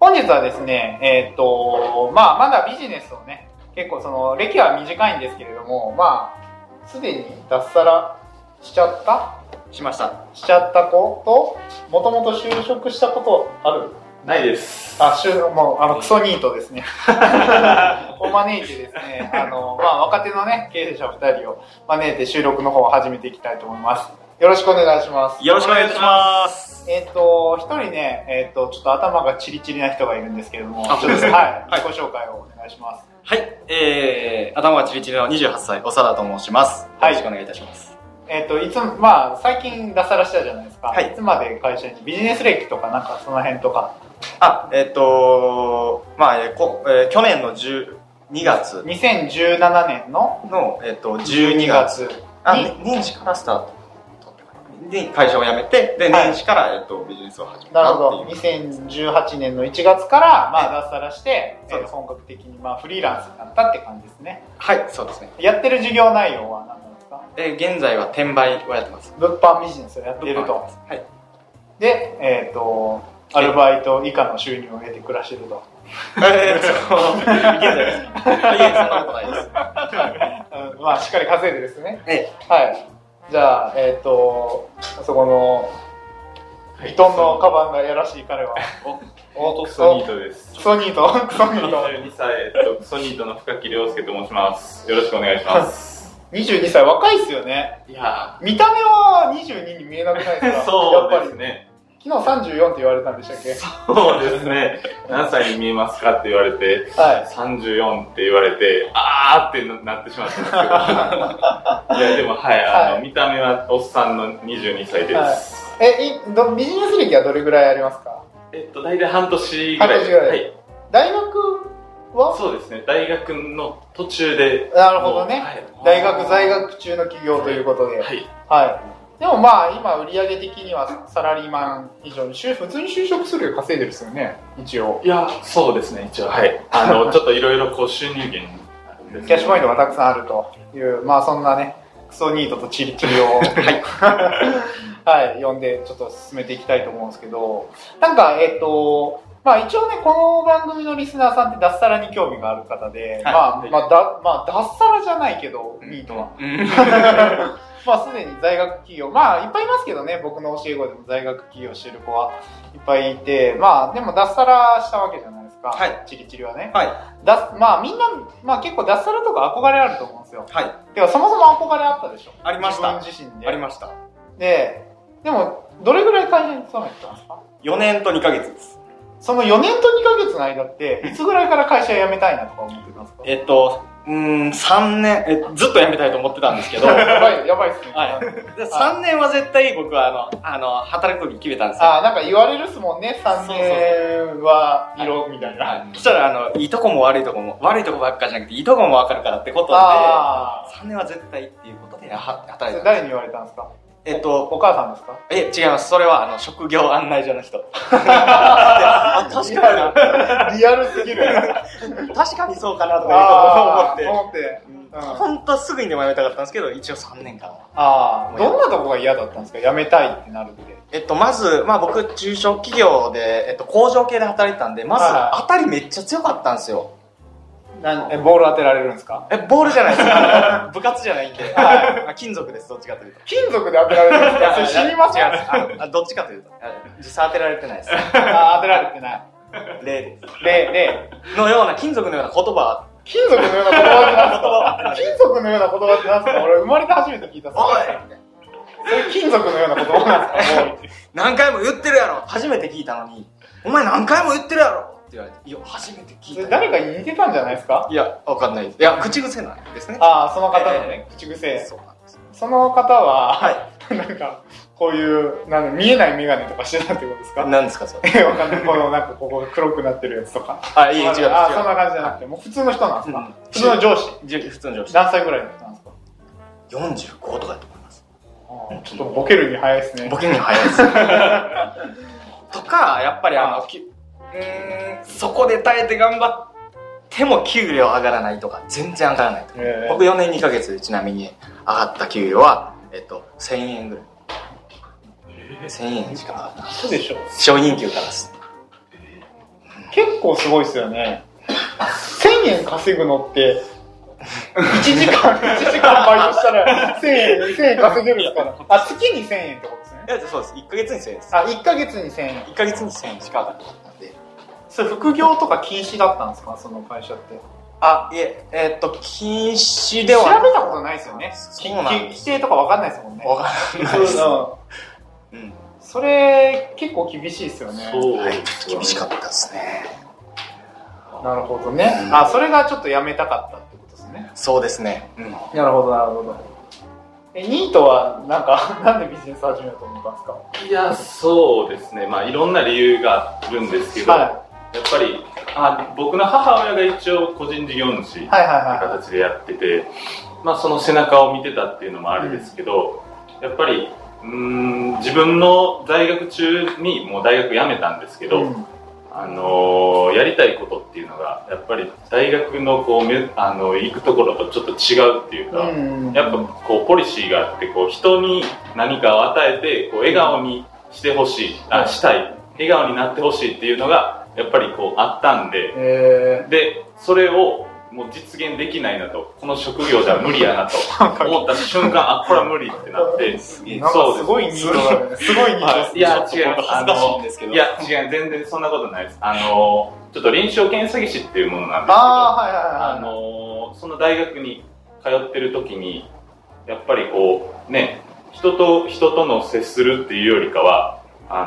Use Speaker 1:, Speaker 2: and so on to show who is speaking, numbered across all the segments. Speaker 1: 本日はですね、えーっとまあ、まだビジネスをね結構その歴は短いんですけれどもまあすでに脱サラしちゃった
Speaker 2: しました。
Speaker 1: しちゃった子ともともと就職したことある
Speaker 2: ないです。
Speaker 1: あしゅもうあのクソニートです ねを招いてですねあの、まあ、若手のね経営者2人を招いて収録の方を始めていきたいと思いますよろしくお願いします
Speaker 2: よろしくお願いします。
Speaker 1: えっ、と、一人ね、えっ、と、ちょっと頭がチリチリな人がいるんですけれども、
Speaker 2: あそうです
Speaker 1: ちょっと
Speaker 2: ね
Speaker 1: はい、
Speaker 2: はい
Speaker 1: 自己紹介をお願いします。
Speaker 2: はい、えー、頭がチリチリの28歳、長田と申します。よ
Speaker 1: はい
Speaker 2: ろしくお願いいたします。
Speaker 1: えっ、と、いつ、まあ、最近脱サラしたじゃないですか。
Speaker 2: はい
Speaker 1: いつまで会社に、ビジネス歴とか、なんかその辺とか、
Speaker 2: あ、えっ、とまあ、えーこえー去年の12月
Speaker 1: 2017年の
Speaker 2: の、えっ、と、12月。あ、
Speaker 1: に
Speaker 2: ね年始からスタート。で、会社を辞めて、で、
Speaker 1: はい
Speaker 2: 年始から、えっ、と、ビジネスを始め
Speaker 1: な
Speaker 2: た
Speaker 1: るほど
Speaker 2: っ。ていう。
Speaker 1: 2018年の1月から、まあ、脱サラして、え
Speaker 2: そう
Speaker 1: ー
Speaker 2: です
Speaker 1: 本格的に、まあ、フリーランスになったって感じですね。
Speaker 2: はい、そうですね。
Speaker 1: やってる事業内容は何なんですか
Speaker 2: えー現在は転売をやっ てます。
Speaker 1: 物販ビジネスをやっていると。
Speaker 2: はい。
Speaker 1: で、えっ、と、アルバイト以下の収入を得て暮らしてると。
Speaker 2: えーっ と、現在 ですか。いえ、そんなことないです。
Speaker 1: うんまあ、しっかり稼いでですね。
Speaker 2: ええ
Speaker 1: はい。じゃあ、えっ、と、あそこの、ヴィトンのカバンがやらしい彼は。お
Speaker 3: おクソニートです。
Speaker 1: クソニート、クソニート。
Speaker 3: 22歳、えっと、クソニートの深木亮介と申します。よろしくお願いします。
Speaker 1: 22歳、若いっすよね。
Speaker 3: いや
Speaker 1: 見た目は22に見えなくないですか
Speaker 3: そう
Speaker 1: やっぱ
Speaker 3: です
Speaker 1: り。
Speaker 3: ね。
Speaker 1: 昨日34って言われたんでしたっけ
Speaker 3: そうですね。何歳に見えますかって言われて、
Speaker 1: はい。
Speaker 3: 34って言われて、あーってななってしまったん ですけど。いや、でも、はい、あ
Speaker 1: は
Speaker 3: の、見た目はおっさんの22歳です。
Speaker 1: はえ、いどビジネス歴はどれぐらいありますか
Speaker 3: えっと、大体半年ぐらい。
Speaker 1: 半年ぐらい
Speaker 3: はい。
Speaker 1: 大学は
Speaker 3: そうですね。大学の途中で。
Speaker 1: なるほどね。
Speaker 3: もうはい
Speaker 1: 大学在学中の企業ということで。
Speaker 3: はい。
Speaker 1: はい。でもまあ今売上的にはサラリーマン以上に就普通に就職するより稼いでるっすよね一応
Speaker 3: いや、そうですね、一応、はい。あの、ちょっといろいろこう収入源あるんです
Speaker 1: キ
Speaker 3: けど
Speaker 1: ャッシュポイントがたくさんあるというまあそんなねクソニートとチリチリを はい、読んでちょっと進めていきたいと思うんですけどなんかえっ、とまあ一応ねこの番組のリスナーさんって脱サラに興味がある方で、
Speaker 2: は
Speaker 1: ま
Speaker 2: い
Speaker 1: あ、まあだまあ脱サラじゃないけどニートは
Speaker 2: うん
Speaker 1: まあ、すでに在学企業、まあ、いっぱいいますけどね、僕の教え子でも在学企業してる子はいっぱいいて、まあ、でも脱サラしたわけじゃないですか、
Speaker 2: はい
Speaker 1: チリチリはね。
Speaker 2: はい。
Speaker 1: だまあ、みんな、まあ、結構脱サラとか憧れあると思うんですよ。
Speaker 2: はい。
Speaker 1: でも、そもそも憧れあったでしょ。
Speaker 2: ありました
Speaker 1: 自分自身で。
Speaker 2: ありました。
Speaker 1: で、でも、どれぐらい会社に勤めてたんですか
Speaker 2: 4年と2ヶ月です。
Speaker 1: その4年と2ヶ月の間って、いつぐらいから会社辞めたいなとか思ってたんですか
Speaker 2: えっと、うーん、3年、えずっと辞めたいと思ってたんですけど、はい、
Speaker 1: やばい、やばいっすね。
Speaker 2: 3年は絶対僕はあの、あの、働く時に決めたんですよ。
Speaker 1: あなんか言われるっすもんね、3年は色みたいな。
Speaker 2: はいそしたら、あの、いいとこも悪いとこも、悪いとこばっかじゃなくて、いいとこもわかるからってことで、
Speaker 1: ああ
Speaker 2: 3年は絶対っていうことで、は働
Speaker 1: そ
Speaker 2: い
Speaker 1: れ
Speaker 2: てま
Speaker 1: 誰
Speaker 2: す。
Speaker 1: に言われたんですか
Speaker 2: えっと、
Speaker 1: お母さんですか
Speaker 2: え、違います。それは、あの、職業案内所の 人。あ確かにな、
Speaker 1: リアルすぎる
Speaker 2: 確かにそうかなと
Speaker 1: ああ
Speaker 2: かいうことを
Speaker 1: 思って
Speaker 2: 思って、
Speaker 1: うん
Speaker 2: 本当はすぐにでも辞めたかったんですけど、一応3年間は。
Speaker 1: ああどんなとこが嫌だったんですか辞めたいってなるって
Speaker 2: えっと、まず、まあ僕、中小企業で、えっと、工場系で働いてたんで、まず
Speaker 1: はいはい、
Speaker 2: 当たりめっちゃ強かったんですよ。
Speaker 1: なんえボール当てられるんですか
Speaker 2: え、ボールじゃないですか。あ の部活じゃないんで。まあ金属です、どっちかというと。
Speaker 1: 金属で当てられるん ですかそれ死にます
Speaker 2: 違う
Speaker 1: よ
Speaker 2: 違うあどっちかというと。あ実際当てられてないです。
Speaker 1: あ当てられてない
Speaker 2: 例で
Speaker 1: 例例
Speaker 2: す。のような、金属のような言葉。
Speaker 1: 金属のような言葉って何すか金属のような言葉って何すか俺生まれて初めて聞いたっす
Speaker 2: おい
Speaker 1: それ金属のような言葉なんですかおい
Speaker 2: 何回も言ってるやろ初めて聞いたのに、お前何回も言ってるやろって言われて、いや、初めて聞
Speaker 1: そ
Speaker 2: いた
Speaker 1: れ
Speaker 2: よ。
Speaker 1: 誰かに似てたんじゃないですか
Speaker 2: いや、わかんないです。いや、口癖なんですね。
Speaker 1: ああその方のね口癖
Speaker 2: そうなんです。
Speaker 1: その方は
Speaker 2: はい。
Speaker 1: なんか、こういう、なんか見えないメガネとかしてたってことですか
Speaker 2: 何ですかそれ
Speaker 1: え、わかんない。このなんかここが黒くなってるやつとか。
Speaker 2: あいい違う違う
Speaker 1: あ、そんな感じじゃなくて、もう普通の人なんですか、
Speaker 2: うん
Speaker 1: 普通の上司。
Speaker 2: じ普通の上司
Speaker 1: 何歳ぐらいの人なんですか
Speaker 2: 45とかだと思います
Speaker 1: あーちょっとボケるに早いですね。
Speaker 2: ボケに早いですとかやっぱりあ
Speaker 1: あ
Speaker 2: のきうーんそこで耐えて頑張っても給料上がらないとか全然上がらないとか、
Speaker 1: えー
Speaker 2: 僕4年2ヶ月でちなみに上がった給料は、えっと、1000円ぐらい1000円しかなかった
Speaker 1: そうでしょう。
Speaker 2: 初任給からです
Speaker 1: 結構すごいですよね。1000円稼ぐのって、1時 間、1時間バイトしたら1000円、1000円稼げるんですから。あ、月に1000円ってことですね。
Speaker 2: えそうです1ヶ月に1000円です
Speaker 1: あ、1ヶ月に1000円。
Speaker 2: 1ヶ月に1000円しか上がらなかったんで
Speaker 1: それ副業とか禁止だったんですかその会社って。
Speaker 2: あいええっと禁止で
Speaker 1: 調べ
Speaker 2: は
Speaker 1: たことないですよね。
Speaker 2: そうなんです
Speaker 1: 規定とかわかんないですもんね。
Speaker 2: わからないです、うん、
Speaker 1: それ、結構厳しいですよね。
Speaker 3: そう、
Speaker 2: はい厳しかったですね
Speaker 1: なるほどね。あ、それがちょっとやめたかったってことですね。
Speaker 2: そうですね、うん
Speaker 1: なるほど、なるほど。え、ニートは、なんか、 なんでビジネス始めようと思ったんですか
Speaker 3: いやそうですねまあいろんな理由があるんですけど、
Speaker 1: は
Speaker 3: やっぱりあ僕の母親が一応個人事業主って
Speaker 1: い。はいはいはい。
Speaker 3: 形でやってて、まあ、その背中を見てたっていうのもあれですけど、やっぱりうーん自分の在学中にもう大学辞めたんですけど、
Speaker 1: うん
Speaker 3: あのーやりたいことっていうのがやっぱり大学のこうめあの行くところとちょっと違うっていうか、
Speaker 1: うん
Speaker 3: やっぱこうポリシーがあってこう人に何かを与えてこう笑顔にしてほしい、あしたい笑顔になってほしいっていうのがやっぱりこうあったんで
Speaker 1: え
Speaker 3: でそれをもう実現できないなとこの職業じゃ無理やなと思った瞬間あこれは無理ってなって
Speaker 2: す
Speaker 1: ー、
Speaker 3: え
Speaker 1: なんかすごいニートだね。すごいニート
Speaker 3: はいいや違います
Speaker 2: 恥ずかしいんですけど
Speaker 3: いや違う全然そんなことないですあのーちょっと臨床検査技師っていうものなんですけど
Speaker 1: あ
Speaker 3: あ
Speaker 1: ー、はいはいはい。
Speaker 3: のーその大学に通ってる時にやっぱりこうね人と人との接するっていうよりかはあ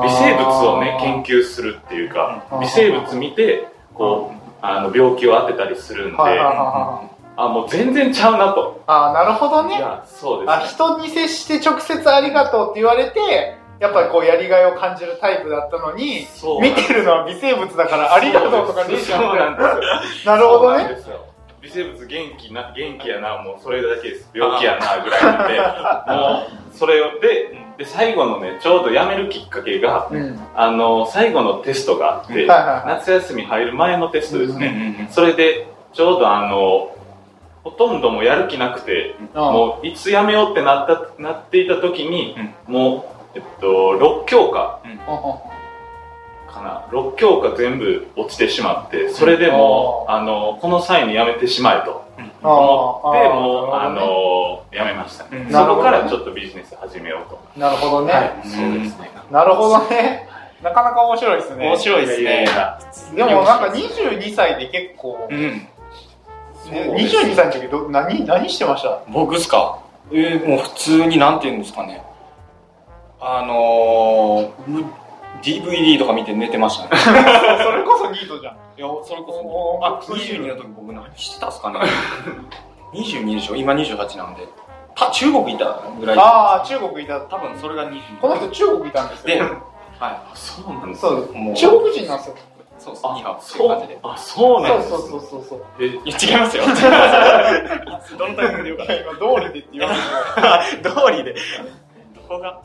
Speaker 1: あ
Speaker 3: ー
Speaker 1: ー
Speaker 3: 微生物をね研究するっていうか
Speaker 1: うん
Speaker 3: 微生物見てこうあの病気を当てたりするんで
Speaker 1: はいはいはいはい
Speaker 3: あもう全然ちゃうなと
Speaker 1: あー、なるほど
Speaker 3: い
Speaker 1: ね。
Speaker 3: やそうで
Speaker 1: あ、
Speaker 3: すね
Speaker 1: 人に接して直接ありがとうって言われて、やっぱりこうやりがいを感じるタイプだったのに、
Speaker 3: そうなん
Speaker 1: 見
Speaker 3: です
Speaker 1: てるのは微生物だからありがとうとか
Speaker 3: そうで
Speaker 1: ね
Speaker 3: すそうなんですよ
Speaker 1: なるほどね。
Speaker 3: そうなんですよ微生物元気な元気やなもうそれだけです病気やなぐらい なんでもうそれでで最後のねちょうど辞めるきっかけが
Speaker 1: うん。
Speaker 3: あの最後のテストがあって、
Speaker 1: はいはい
Speaker 3: 夏休み入る前のテストですね、
Speaker 2: ね
Speaker 3: それでちょうどあのほとんどもうやる気なくて、
Speaker 1: うん
Speaker 3: もういつ辞めようってなったなっていた時に、もうえっと6教科かな6教科全部落ちてしまってそれでも、
Speaker 1: う
Speaker 3: あのこの際にやめてしまえと
Speaker 1: あー
Speaker 3: 思って
Speaker 1: あー
Speaker 3: もうあ
Speaker 1: なるほ
Speaker 3: のやめました、
Speaker 2: うん
Speaker 3: そこからちょっとビジネス始めようと、
Speaker 1: なるほど
Speaker 3: は
Speaker 1: ね。
Speaker 3: いそうですね
Speaker 1: なるほどね。なかなか面白いですね。
Speaker 2: 面白いです
Speaker 3: いや
Speaker 2: ね
Speaker 3: いやいや
Speaker 1: でもなんか22歳で結構、
Speaker 2: うん
Speaker 1: ね
Speaker 2: そうです
Speaker 1: 22歳の時ど何、何してました
Speaker 2: 僕っすかえーもう普通になんて言うんですかねあのーむ DVD とか見て寝てましたね
Speaker 1: それこそニートじゃん。
Speaker 2: いやそれ
Speaker 1: お
Speaker 2: こ
Speaker 1: ー
Speaker 2: そあ22の時僕何してたっすかね22でしょ今28なんでた中国いたぐらい
Speaker 1: ああ、中国いた。
Speaker 2: 多分それが22
Speaker 1: この人中国いたんです
Speaker 2: で
Speaker 1: よ。
Speaker 2: は
Speaker 3: そうなんです
Speaker 1: そう、
Speaker 2: いもう
Speaker 1: 中国人なんですよ。
Speaker 2: そうです
Speaker 3: あ
Speaker 2: っていう
Speaker 3: そ
Speaker 2: 感じ
Speaker 3: う
Speaker 2: で
Speaker 3: あそうなんです
Speaker 1: そうそうそうそうそう。
Speaker 3: え
Speaker 2: いや違いますよどのタイミングでよかった
Speaker 1: 今通りでって言われ
Speaker 2: 通りで。どこが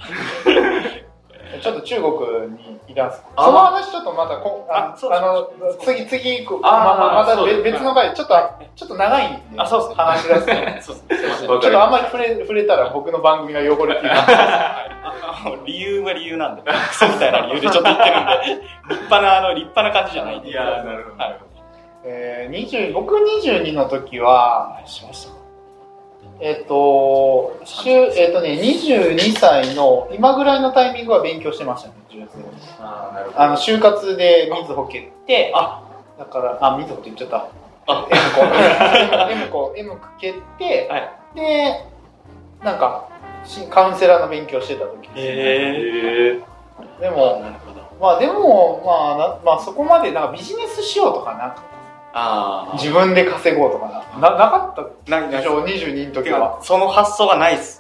Speaker 1: て。ちょっと中国にいたんです。
Speaker 2: あー
Speaker 1: その話ちょっとまたこあ
Speaker 2: あそう
Speaker 1: あの次次こうま
Speaker 3: あー
Speaker 1: ままた
Speaker 3: そう
Speaker 1: べ
Speaker 3: ですね
Speaker 1: 別の回ちょっとちょっと長いんで。
Speaker 2: あそうですね
Speaker 1: 話し出すと。
Speaker 2: そうですね。すいま
Speaker 1: ちょっとあんまり触れ触れたら僕の番組が汚れてる。
Speaker 2: せん。理由は理由なんで、クソみたいな理由でちょっと言ってるんで、立派な、あの、立派な感じじゃないんで。
Speaker 3: いやーなるほど
Speaker 2: はい。
Speaker 1: えー、20僕22の時は
Speaker 2: あしました。
Speaker 1: えっと週えっとね22歳の今ぐらいのタイミングは勉強してましたね。10月
Speaker 3: あーなるほど
Speaker 1: あの就活で水穂蹴って、だから、あ、水穂って言っちゃった。
Speaker 2: あ
Speaker 1: M 子、M 子、M 子蹴って、
Speaker 2: は
Speaker 1: で、なんか、しカウンセラーの勉強してた時ですね、
Speaker 2: へえ。
Speaker 3: え
Speaker 1: でも、
Speaker 2: なるほど。
Speaker 1: まあでも、まあな、まあそこまでなんかビジネスしようとかなかった、
Speaker 2: あ
Speaker 1: 自分で稼ごうとかな、ななかった
Speaker 2: あ。な、
Speaker 1: でしょ、22の時
Speaker 2: てか
Speaker 1: は。
Speaker 2: その発想がないっす。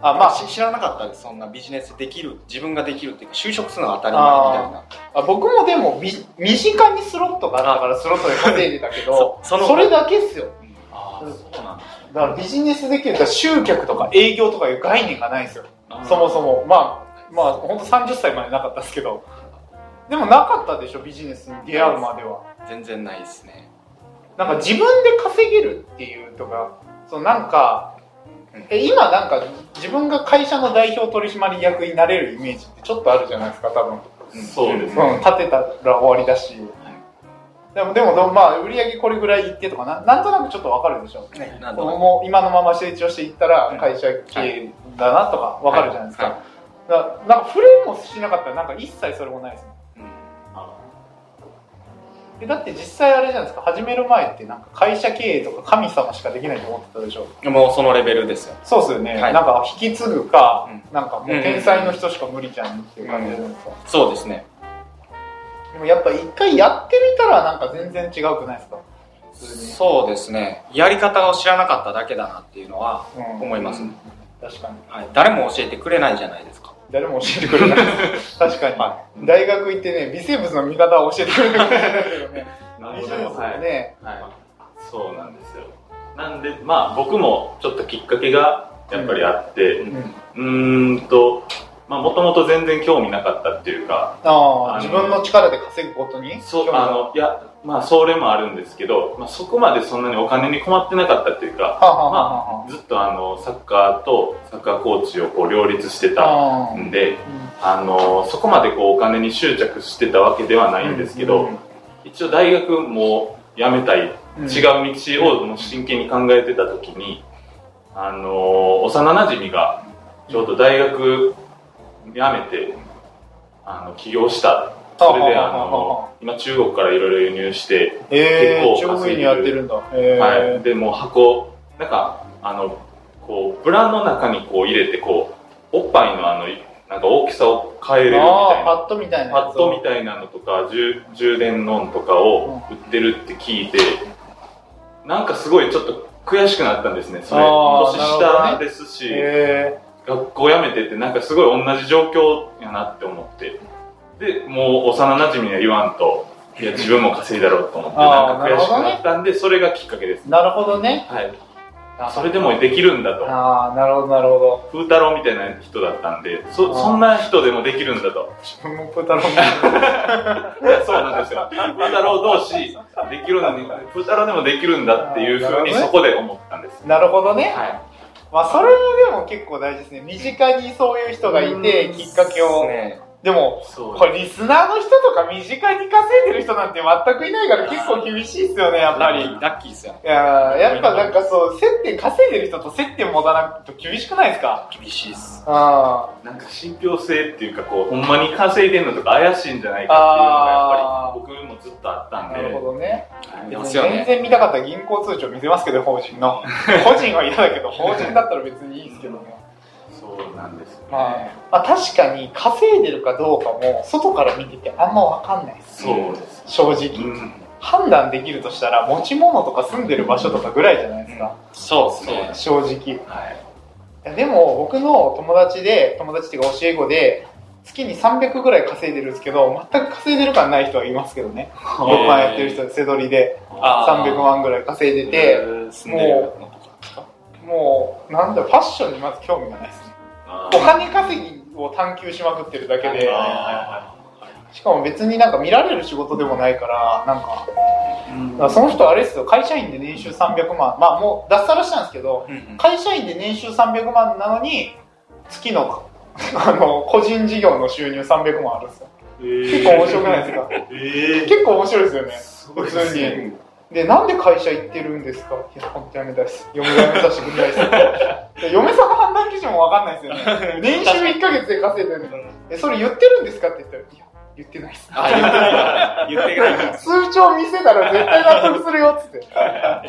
Speaker 1: あ
Speaker 2: ま
Speaker 1: ま
Speaker 2: あ、
Speaker 1: あ
Speaker 2: し知らなかったですそんなビジネスできる自分ができるっていうか就職するのは当たり前みたいな
Speaker 1: あ僕もでもみ身近にスロットがあったからスロットで稼いでたけど
Speaker 2: そその
Speaker 1: れだけっすよ
Speaker 3: ああそうなんだ
Speaker 1: だからビジネスできると集客とか営業とかいう概念がないんですよ
Speaker 3: あ
Speaker 1: そもそもまあまあ本当30歳までなかったですけどでもなかったでしょビジネスに出会うまでは
Speaker 2: 全然ないですね
Speaker 1: なんか自分で稼げるっていうとかそのなんかえ今なんか自分が会社の代表取締役になれるイメージってちょっとあるじゃないですか多分
Speaker 3: そうですね、
Speaker 1: うん、立てたら終わりだし、でもでもでもまあ売り上げこれぐらいいってとかななんとなくちょっとわかるでしょ
Speaker 2: ね
Speaker 1: こ
Speaker 2: なんとな
Speaker 1: の
Speaker 2: く
Speaker 1: もう今のまま成長していったら
Speaker 2: ん
Speaker 1: 会社経営だなとかわかるじゃないですか、
Speaker 2: は
Speaker 1: だなんか触れもしなかったらなんか一切それもないですね
Speaker 2: うん
Speaker 1: えだって実際あれじゃないですか始める前ってなんか会社経営とか神様しかできないと思ってたでしょ
Speaker 2: もうそのレベルですよ
Speaker 1: そうですよね、
Speaker 2: はい
Speaker 1: なんか引き継ぐか、
Speaker 2: う
Speaker 1: なんかもう天才の人しか無理じゃんっていう感じじゃないですか、
Speaker 2: そうですね
Speaker 1: でもやっぱ一回やってみたらなんか全然違うくないですか普通に
Speaker 2: そうですねやり方を知らなかっただけだなっていうのは
Speaker 1: うん
Speaker 2: 思います、
Speaker 3: うん
Speaker 1: 確かに
Speaker 2: はい、誰も教えてくれないじゃないですか
Speaker 1: 誰も教えてく れない確かに、
Speaker 2: は
Speaker 1: 大学行ってね微生物の見方を教えてくれないけどね
Speaker 3: な
Speaker 1: 微
Speaker 3: るほ
Speaker 1: 生
Speaker 3: ど
Speaker 1: 物
Speaker 3: は
Speaker 1: の
Speaker 3: い
Speaker 1: ね、
Speaker 3: そうなんですよなんでまあ僕もちょっときっかけがやっぱりあって
Speaker 1: うん
Speaker 3: うーんとまあもともと全然興味なかったっていうか
Speaker 1: ああ
Speaker 3: あの
Speaker 1: 自分の力で稼ぐことに
Speaker 3: そう
Speaker 1: 興味
Speaker 3: あ
Speaker 1: が
Speaker 3: のいやまあそれもあるんですけど、まあ、そこまでそんなにお金に困ってなかったっていうか
Speaker 1: はあはあはあは
Speaker 3: ずっとあのサッカーとサッカーコーチをこう両立してた
Speaker 1: ああ
Speaker 3: んであのそこまでこうお金に執着してたわけではないんですけど、一応大学も辞めたい
Speaker 1: うん
Speaker 3: 違う道をもう真剣に考えてた時に、あのー幼なじみがちょうど大学辞めてあの起業したそれで、あのー今中国からいろいろ輸入して、
Speaker 1: ええ
Speaker 3: 結構
Speaker 1: 上位にやってるんだええ
Speaker 3: はい、でもう箱なんかあのこうブランの中にこう入れてこうおっぱいのあのなんか大きさを変えれるみたい
Speaker 1: ああ
Speaker 3: な
Speaker 1: パッドみたいな
Speaker 3: パッドみ
Speaker 1: た
Speaker 3: たいなのとか充充電のんとかを売ってるって聞いて、なんかすごいちょっと悔しくなったんですねそれ
Speaker 1: あー
Speaker 3: 年
Speaker 1: なるほ
Speaker 3: 下
Speaker 1: どね
Speaker 3: ですし、
Speaker 1: え
Speaker 3: 学校辞めてってなんかすごい同じ状況やなって思ってでもう幼なじみには言わ んといや自分も稼いだろうと思って
Speaker 1: あ
Speaker 3: な
Speaker 1: ー
Speaker 3: んか悔しくなったんで、それがきっかけです
Speaker 1: えなるほどね
Speaker 3: はいあそれでもできるんだと
Speaker 1: ああなるほどなるほど
Speaker 3: 風太郎みたいな人だったんでそ
Speaker 1: あー
Speaker 3: そんな人でもできるんだと
Speaker 1: 自分もプータローみたいな
Speaker 3: そうなんですよ。風太郎同士、できるのに、風太郎でもできるんだっていうふうにそこで思ったんです。
Speaker 1: なるほどね
Speaker 3: はい。
Speaker 1: まあそれでも結構大事ですね身近にそういう人がいてきっかけを
Speaker 2: ね
Speaker 1: でも
Speaker 3: そ
Speaker 1: これリスナーの人とか身近に稼いでる人なんて全くいないから結構厳しいですよねやっぱ
Speaker 2: ラ
Speaker 1: り
Speaker 2: リ
Speaker 1: い
Speaker 2: ーラッキーですよね
Speaker 1: やーやっぱなんかそう接点稼いでる人と接点持たないと厳しくないですか
Speaker 2: 厳しいです
Speaker 1: あ
Speaker 3: なんか信憑性っていうか、こう、ほんまに稼いでんのとか怪しいんじゃないかっていうのが、やっぱり僕もずっとあった
Speaker 1: あ
Speaker 3: ん
Speaker 1: な
Speaker 3: で。
Speaker 1: るほどね
Speaker 2: あ
Speaker 3: はい
Speaker 2: りますよ
Speaker 1: 全
Speaker 2: ね
Speaker 1: 然見たかったら銀行通帳見せますけど法人の個人は嫌だ けど法人だったら別にいいですけどね
Speaker 3: そうなんですよね。
Speaker 1: まあ、まあ確かに稼いでるかどうかも外から見ててあんま分かんないです
Speaker 3: そうです。
Speaker 1: 正直、
Speaker 3: うん。
Speaker 1: 判断できるとしたら持ち物とか住んでる場所とかぐらいじゃないですか、
Speaker 2: そうです
Speaker 3: そう
Speaker 2: ね
Speaker 3: です
Speaker 1: 正直い
Speaker 3: はい。
Speaker 1: やでも僕の友達で友達っていうか教え子で月に300ぐらい稼いでるんですけど全く稼いでる感ない人はいますけどね僕がやってる人で背取りで
Speaker 2: あー
Speaker 1: 300万ぐらい稼いでて
Speaker 2: 住んでるのとか
Speaker 1: もうなんだファッションにまず興味がないですね
Speaker 3: あ
Speaker 1: お
Speaker 3: ー
Speaker 1: 金稼ぎを探求しまくってるだけで
Speaker 3: あ
Speaker 1: しかも別になんか見られる仕事でもないからなんか
Speaker 3: ー
Speaker 1: だからその人あれですよ会社員で年収300万まあもう脱サラしたんですけど
Speaker 2: うんうん
Speaker 1: 会社員で年収300万なのに月のあの個人事業の収入300万あるんですよ結構面白くないですか
Speaker 3: えー
Speaker 1: 結構面白いですよね
Speaker 3: すごい
Speaker 1: 普
Speaker 3: です
Speaker 1: 通
Speaker 3: ね
Speaker 1: にでなんで会社行ってるんですかいや本当やめたいです嫁がやめさせてくれないですで嫁さんの判断基準もわかんないですよね年収1ヶ月で稼いでるのにえそれ言ってるんですかって言ったらいや言ってないです
Speaker 2: あ言ってくれない
Speaker 1: 通帳見せたら絶対納得するよっつって
Speaker 3: え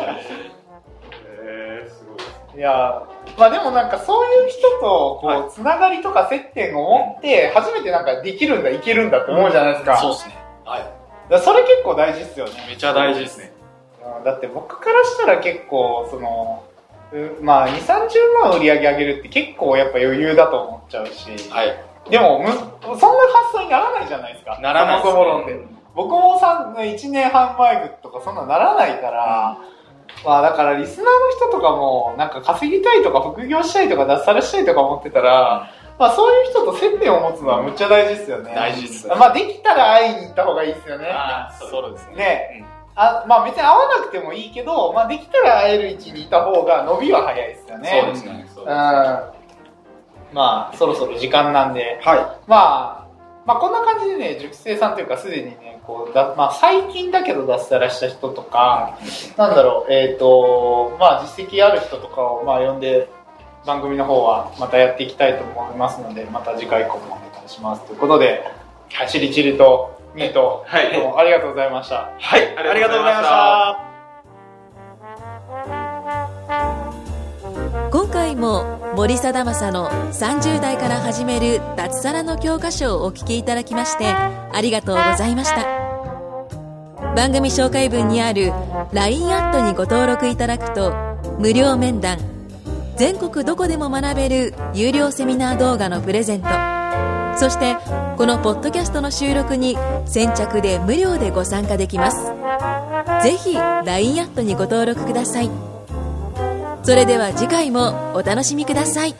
Speaker 3: ーすごいです
Speaker 1: いやーまあでもなんかそういう人とこうつながりとか接点を持って初めてなんかできるんだいけるんだって 思うじゃないですか,、
Speaker 2: そう
Speaker 1: だか
Speaker 2: ですねは
Speaker 1: らそれ結構大事ですよね
Speaker 2: いめちゃ大事ですね
Speaker 1: うんだって僕からしたら結構そのうまあ、2、30万売り上げ上げるって結構やっぱ余裕だと思っちゃうし、
Speaker 2: はい。
Speaker 1: でもむ、そんな発想にならないじゃないですか。
Speaker 2: ならないです
Speaker 1: そも
Speaker 2: ね
Speaker 1: そも論で。僕もさ1年半前とかそんなならないから、まあだからリスナーの人とかも、なんか稼ぎたいとか副業したいとか脱サラしたいとか思ってたら、まあそういう人と接点を持つのはむっちゃ大事ですよね。
Speaker 2: 大事です。
Speaker 1: まあできたら会いに行った方がいいですよね。
Speaker 2: あーそうですね。
Speaker 1: ねあまあ別に会わなくてもいいけど、まあできたら会える位置にいた方が伸びは早いですよね。
Speaker 2: そうですね。
Speaker 1: うん。まあそろそろ時間なんで、
Speaker 2: は
Speaker 1: まあ、まあこんな感じでね、熟成さんというかすでにね、こうだまあ最近だけど脱サラした人とか、なんだろう、えっ、と、まあ実績ある人とかをまあ呼んで、番組の方はまたやっていきたいと思いますので、また次回以降もお願いします。ということで、走り散りと、ミート、
Speaker 3: はい
Speaker 1: どうもありがとうございました。
Speaker 2: はい。
Speaker 3: ありがとうございました。
Speaker 4: 今回も森貞正の30代から始める脱サラの教科書をお聞きいただきましてありがとうございました番組紹介文にある LINE アットにご登録いただくと無料面談全国どこでも学べる有料セミナー動画のプレゼントそしてこのポッドキャストの収録に先着で無料でご参加できますぜひ LINE アットにご登録くださいそれでは次回もお楽しみください